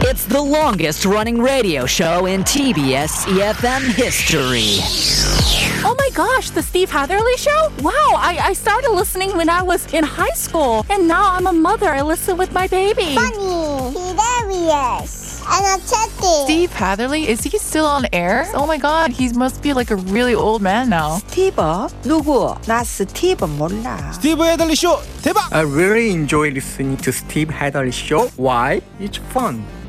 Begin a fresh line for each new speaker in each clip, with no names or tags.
It's the longest running radio show in TBS EFM E history.
Oh my gosh, the Steve Hatherley show? Wow, I, I started listening when I was in high school, and now I'm a mother. I listen with my baby.
funny, hilarious, energetic.
Steve Hatherley, is he still on air? Oh my god, he must be like a really old man now.
스티버? 누구? 나 스티버 몰라.
스티브 헤들리 쇼 대박!
I really enjoy listening to Steve Hadley show. Why? It's fun,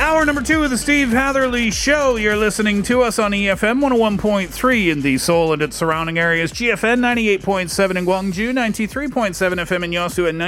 Hour number two of the Steve Hatherley Show. You're listening to us on E EFM 101.3 in the Seoul and its surrounding areas, GFN 98.7 in Gwangju, 93.7 FM in Yosu, and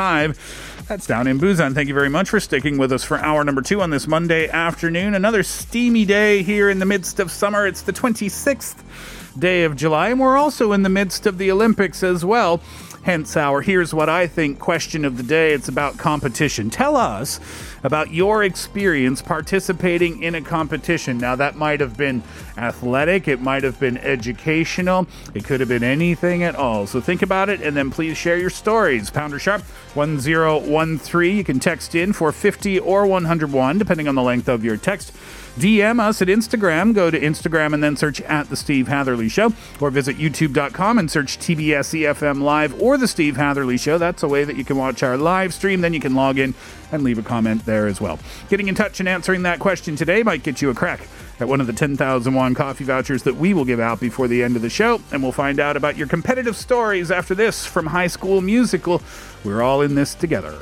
90.5. That's down in Busan. Thank you very much for sticking with us for hour number two on this Monday afternoon. Another steamy day here in the midst of summer. It's the 26th day of July, and we're also in the midst of the Olympics as well. Hence, our Here's What I Think question of the day. It's about competition. Tell us about your experience participating in a competition. Now, that might have been athletic, it might have been educational, it could have been anything at all. So, think about it and then please share your stories. Pounder Sharp 1013. You can text in for 50 or 101, depending on the length of your text. DM us at Instagram. Go to Instagram and then search at The Steve Hatherley Show or visit youtube.com and search TBS EFM E Live or The Steve Hatherley Show. That's a way that you can watch our live stream. Then you can log in and leave a comment there as well. Getting in touch and answering that question today might get you a crack at one of the 10,000 won coffee vouchers that we will give out before the end of the show. And we'll find out about your competitive stories after this from High School Musical. We're all in this together.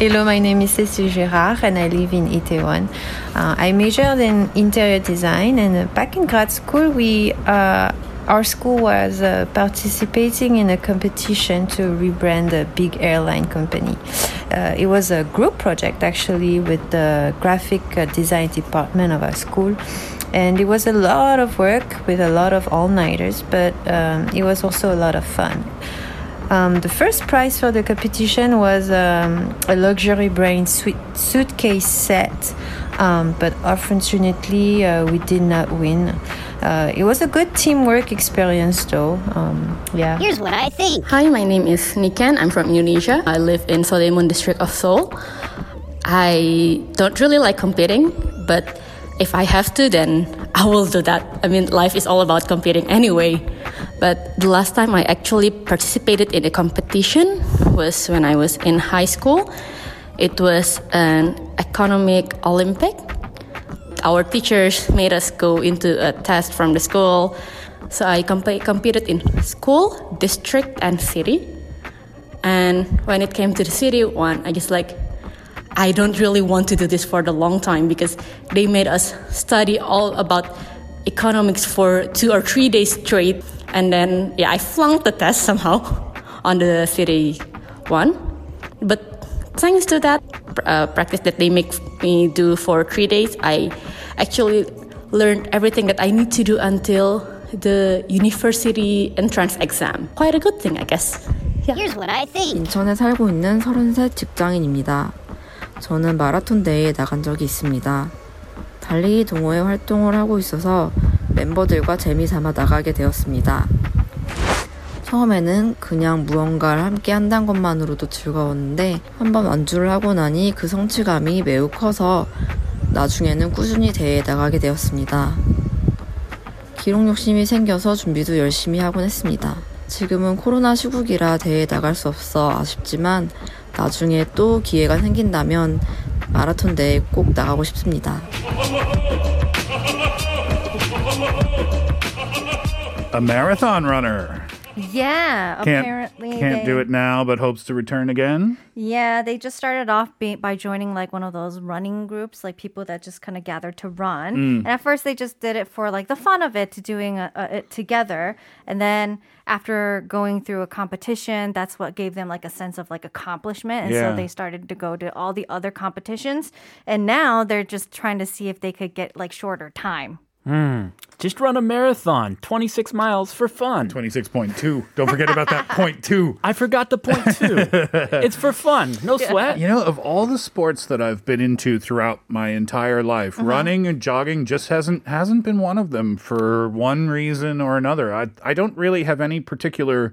Hello, my name is Cécile Girard and I live in Itaewon. Uh, I majored in interior design and uh, back in grad school, we uh, our school was uh, participating in a competition to rebrand a big airline company. Uh, it was a group project actually with the graphic uh, design department of our school. And it was a lot of work with a lot of all nighters, but um, it was also a lot of fun. Um, the first prize for the competition was um, a luxury brain suit- suitcase set, um, but unfortunately, uh, we did not win. Uh, it was a good teamwork experience, though. Um, yeah.
Here's what I think.
Hi, my name is Niken. I'm from Indonesia. I live in Soleimun district of Seoul. I don't really like competing, but if I have to, then I will do that. I mean, life is all about competing anyway. But the last time I actually participated in a competition was when I was in high school. It was an economic Olympic. Our teachers made us go into a test from the school. So I comp- competed in school, district, and city. And when it came to the city one, I just like, I don't really want to do this for the long time because they made us study all about economics for two or three days straight. And then, yeah, I flunked the test somehow on the city one. But thanks to that uh, practice that they make me do for three days, I actually learned everything that I need to do until the university entrance exam. Quite a good thing, I guess. Yeah.
Here's what I think.
인천에 살고 있는 33 직장인입니다. 저는 마라톤 대회에 나간 적이 있습니다. 달리기 동호회 활동을 하고 있어서 멤버들과 재미삼아 나가게 되었습니다. 처음에는 그냥 무언가를 함께 한다는 것만으로도 즐거웠는데 한번 완주를 하고 나니 그 성취감이 매우 커서 나중에는 꾸준히 대회에 나가게 되었습니다. 기록 욕심이 생겨서 준비도 열심히 하곤 했습니다. 지금은 코로나 시국이라 대회에 나갈 수 없어 아쉽지만 나중에 또 기회가 생긴다면 마라톤 대회에 꼭 나가고 싶습니다.
A marathon runner.
Yeah, Um,
Can't,
apparently
can't
they-
do it now, but hopes to return again.
Yeah, they just started off be- by joining like one of those running groups, like people that just kind of gather to run.
Mm.
And at first, they just did it for like the fun of it, to doing a, a, it together. And then after going through a competition, that's what gave them like a sense of like accomplishment. And
Yeah.
so they started to go to all the other competitions. And now they're just trying to see if they could get like shorter time.
Hmm. Just run a marathon, 26 miles for fun.
26.2. Don't forget about that point two.
I forgot the point two. it's for fun. No sweat.
You know, of all the sports that I've been into throughout my entire life, running and jogging just hasn't hasn't been one of them for one reason or another. I I don't really have any particular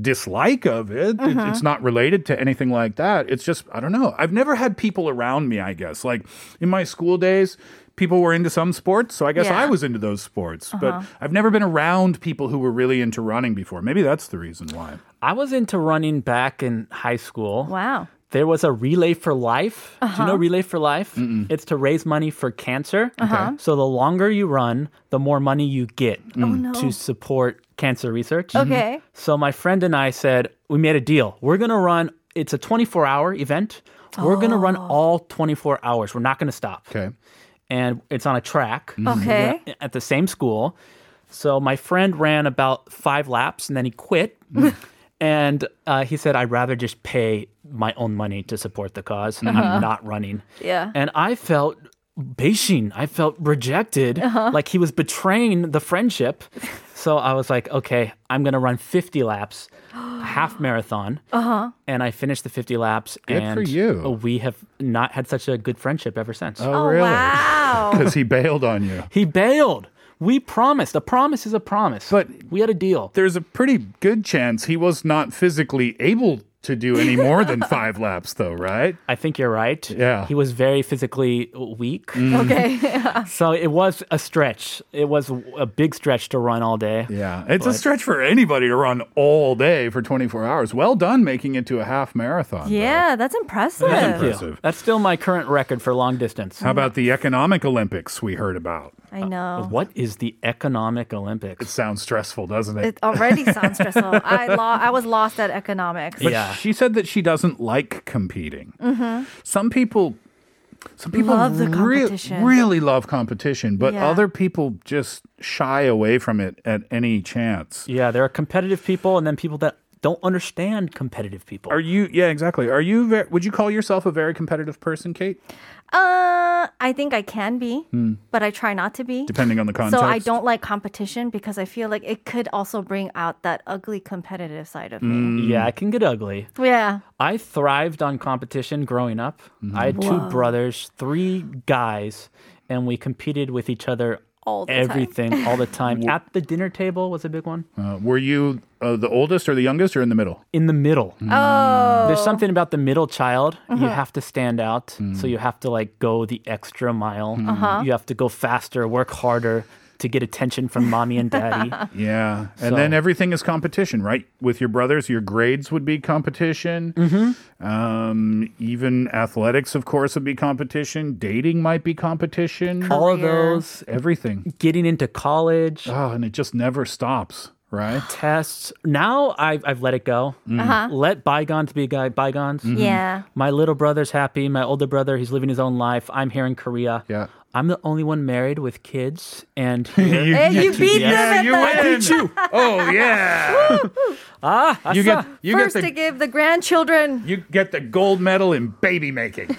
dislike of it. It-
Mhm.
It's not related to anything like that. It's just I don't know. I've never had people around me, I guess. Like in my school days, people were into some sports, so I guess
Yeah.
I was into those sports. But
Uh-huh.
I've never been around people who were really into running before. Maybe that's the reason why.
I was into running back in high school.
Wow.
There was a Relay for Life. Do you know
Uh-huh.
Relay for Life? It's to raise money for cancer.
Uh-huh. Okay.
So the longer you run, the more money you get
Mm. no.
to support cancer research. Mm-hmm.
Okay.
So my friend and I said, we made a deal. We're going to run, it's a 24 hour event. We're going to run
아.
all 24 hours. We're not going to stop.
Okay.
And it's on a track.
Okay.
We're At the same school. So my friend ran about five laps and then he quit. and uh, he said, I'd rather just pay my own money to support the because
Uh-huh.
I'm not running.
Yeah.
And I felt bashin. I felt rejected.
Uh-huh.
Like he was betraying the friendship. so I was like, okay, I'm going to run 50 laps, half marathon.
Uh huh.
And I finished the 50 laps.
Good
and
for you.
We have not had such a good friendship ever since.
Oh, Oh, really?
wow.
Because he bailed on you.
He bailed. We promised. A promise is a promise. But we had a deal.
There's a pretty good chance he was not physically able to do any more than five laps, though, right?
I think you're right.
Yeah.
He was very physically weak.
Okay.
so it was a stretch. It was a big stretch to run all day.
Yeah. It's a stretch for anybody to run all day for 24 hours. Well done making it to a half marathon.
Yeah, that's impressive.
That's still my current record for long distance.
How about the economic Olympics we heard about?
I know.
What is the economic Olympics? It
sounds stressful, doesn't
It already sounds stressful. Oh, I lo- I was lost at economics.
But she said that she doesn't like competing.
Mm-hmm.
Some people some people
Love the
rea-
competition.
really love competition, but
Yeah.
other people just shy away from it at any chance.
Yeah, there are competitive people and then people that don't understand competitive people.
Are you? Yeah, exactly. Are you? Ver- would you call yourself a very competitive person, Kate? Hmm.
Uh, I think I can be, but I try not to be.
Depending on the
So I
context.
don't like competition because I feel like it could also bring out that ugly competitive side of me.
Mm, Yeah, it can get ugly.
Yeah.
I thrived on competition growing up.
Mm-hmm.
I had
Whoa.
two brothers, three guys, and we competed with each other
all
the time.
everything all the time. At the dinner table was a big one.
Uh, were you uh, the oldest or the youngest or in the middle?
In the middle.
Mm.
Oh.
There's something about the middle child. You
Mhm.
have to stand out.
Mm.
So you have to like go the extra mile.
Mm. Uh-huh.
You have to go faster, work harder to get attention from mommy and daddy.
Yeah, and
So-
then everything is competition, right? With your brothers, your grades would be competition. Mm-hmm. Um, even athletics, of course, would be competition. Dating might be competition.
All of Career. those.
everything.
Getting into college.
Oh, and it just never stops, right?
Tests. Now I've, I've let it go.
Mm. Uh-huh.
Let bygones be guy bygones.
Mhm. Yeah.
My little brother's happy. My older brother, he's living his own life. I'm here in Korea.
Yeah.
I'm the only one married with kids, and here-
You- Hey, you you- beat them
Yeah,
at
you
that.
I beat you.
Oh yeah.
ah,
you get you
First
get
to
the
give the grandchildren.
you get the gold medal in baby making.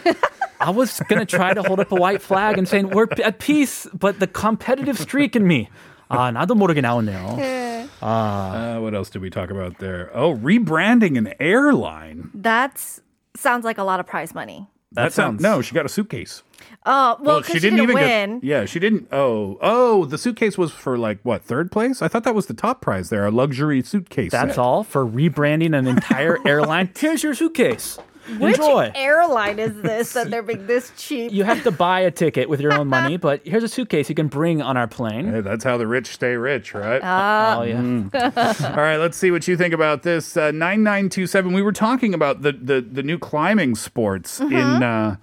I was gonna try to hold up a white flag and saying we're at peace, but the competitive streak in me. 아 나도 모르게 나오네요.
Uh, what else did we talk about there? Oh, rebranding an airline.
That's sounds like a lot of prize money.
That, sounds no. She got a suitcase.
Oh well, 'cause she didn't, win.
Get, yeah, she didn't. Oh, oh, the suitcase was for like what third place? I thought that was the top prize there, a luxury suitcase.
That's all for rebranding an entire airline. Here's your suitcase.
Which
Enjoy.
airline is this that they're being this cheap?
You have to buy a ticket with your own money, but here's a suitcase you can bring on our plane.
that's how the rich stay rich, right? Mm.
Ah.
oh yeah.
all right, let's see what you think about this. Uh,
Mm-hmm.
Nine nine two seven. We were talking about the the, the new climbing sports in. Uh,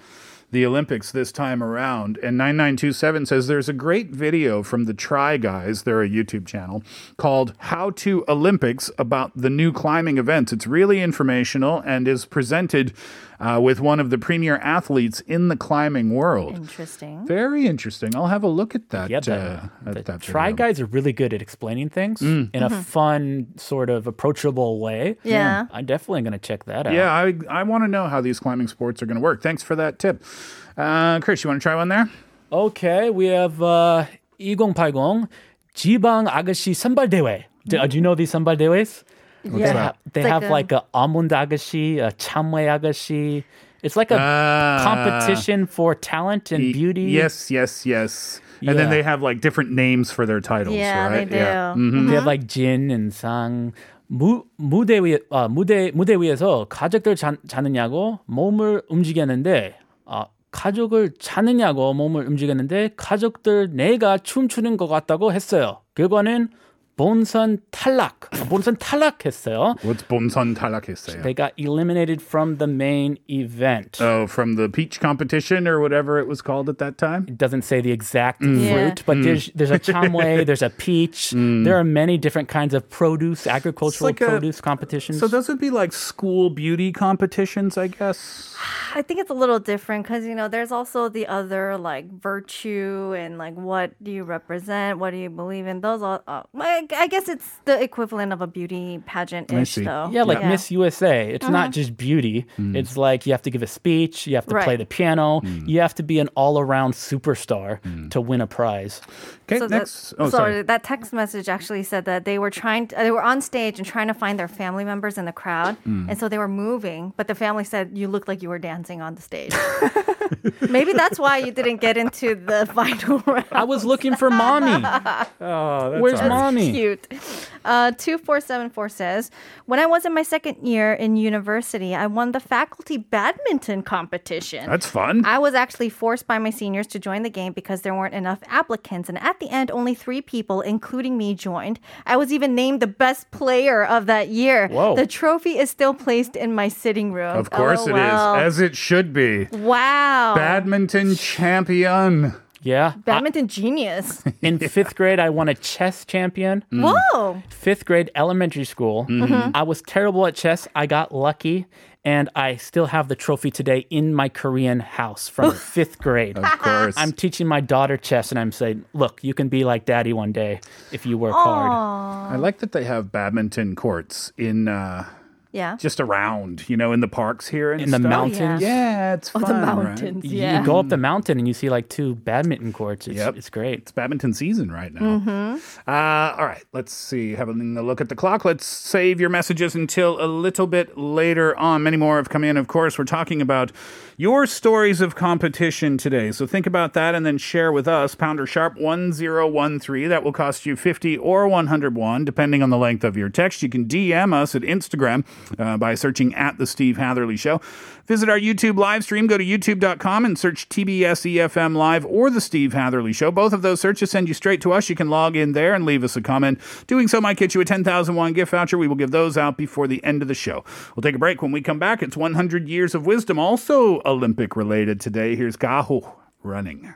the Olympics this time around. And 9927 says there's a great video from the Try Guys, they're a YouTube channel, called How to Olympics about the new climbing events. It's really informational and is presented uh, with one of the premier athletes in the climbing world.
Interesting.
Very interesting. I'll have a look at that.
Yeah, the-
uh, at that
Try
video.
guys are really good at explaining things
Mm.
in a
Mhm.
fun, sort of approachable way. Mm.
Yeah.
I'm definitely going to check that out.
Yeah, I, I want to know how these climbing sports are going to work. Thanks for that tip. Uh, Chris, you want to try one there?
Okay, we have uh, 2080 지방 아가씨 선발 대회. Do, do you know these 선발 대회s?
What's
They,
that?
ha- they
It's like
have
a-
like a almond 아가씨, a 참외 아가씨. It's like a
Ah.
competition for talent
Y-
and beauty.
Yes, yes, yes. And then
Yeah.
they have like different names for their titles,
Yeah,
right?
they
Yeah.
do.
Mhm.
They have like Jin and Sang. 무, 무대 위 아, 무대 무대 위에서 가족들 자, 자느냐고 몸을 움직였는데 아, 가족을 자느냐고 몸을 움직였는데 가족들 내가 춤추는 것 같다고 했어요. 결과는 본선 탈락. 아, 본선 탈락했어요.
What's 본선 탈락했어요?
They got eliminated from the main event.
Oh, from the peach competition or whatever it was called at that time? It
doesn't say the exact
Mm.
fruit, but
Mm.
there's there's a chamway, there's a peach.
Mm.
There are many different kinds of produce, agricultural
It's like a-
produce competitions.
So those would be like school beauty competitions, I guess.
I think it's a little different because you know there's also the other like virtue and like what do you represent, what do you believe in. Those all, uh, I, I guess it's the equivalent of a beauty pageant ish though.
Yeah, like Miss USA. It's not
Mhm.
just beauty. It's like you have to give a speech, you have to play
Right.
the piano, you have to be an all-around superstar to win a prize.
Okay,
So
next.
That,
Oh,
so that text message actually said that they were trying. To, they were on stage and trying to find their family members in the crowd,
Mm.
and so they were moving. But the family said, "You looked like you were dancing on the stage." Maybe that's why you didn't get into the final round.
I was looking for mommy.
Oh,
Where's mommy?
Cute. Uh, 24744 says, When I was in my second year in university, I won the faculty badminton competition.
That's fun.
I was actually forced by my seniors to join the game because there weren't enough applicants. And at the end, only three people, including me, joined. I was even named the best player of that year.
Whoa.
The trophy is still placed in my sitting room.
Of course it
LOL.
is, as it should be.
wow.
Badminton champion.
Yeah.
Badminton genius.
In fifth grade, I won a chess champion.
Mm.
Whoa.
Fifth grade elementary school.
Mhm.
I was terrible at chess. I got lucky, and I still have the trophy today in my Korean house from fifth grade. Of
course.
I'm teaching my daughter chess, and I'm saying, look, you can be like daddy one day if you work
I
hard.
like that they have badminton courts in uh,
Yeah.
just around, you know, in the parks here and
In the
stuff.
mountains?
Yeah. it's
oh,
fun,
the
right?
mountains.
You-
Yeah.
You go up the mountain and you see like two badminton courts. It's, it's great. It's
badminton season right now.
Mm-hmm.
Uh, all right, let's see. Having a look at the clock, let's save your messages until a little bit later on. Many more have come in, of course. We're talking about your stories of competition today. So think about that and then share with us. Pounder Sharp 1013. That will cost you 50 or 101, depending on the length of your text. You can DM us at Instagram uh, by searching at The Steve Hatherley Show. Visit our YouTube live stream. Go to youtube.com and search TBS EFM E Live or The Steve Hatherley Show. Both of those searches send you straight to us. You can log in there and leave us a comment. Doing so might get you a 10,000 won gift voucher. We will give those out before the end of the show. We'll take a break. When we come back, it's 100 Years of Wisdom, also Olympic related today. Here's Gaho running.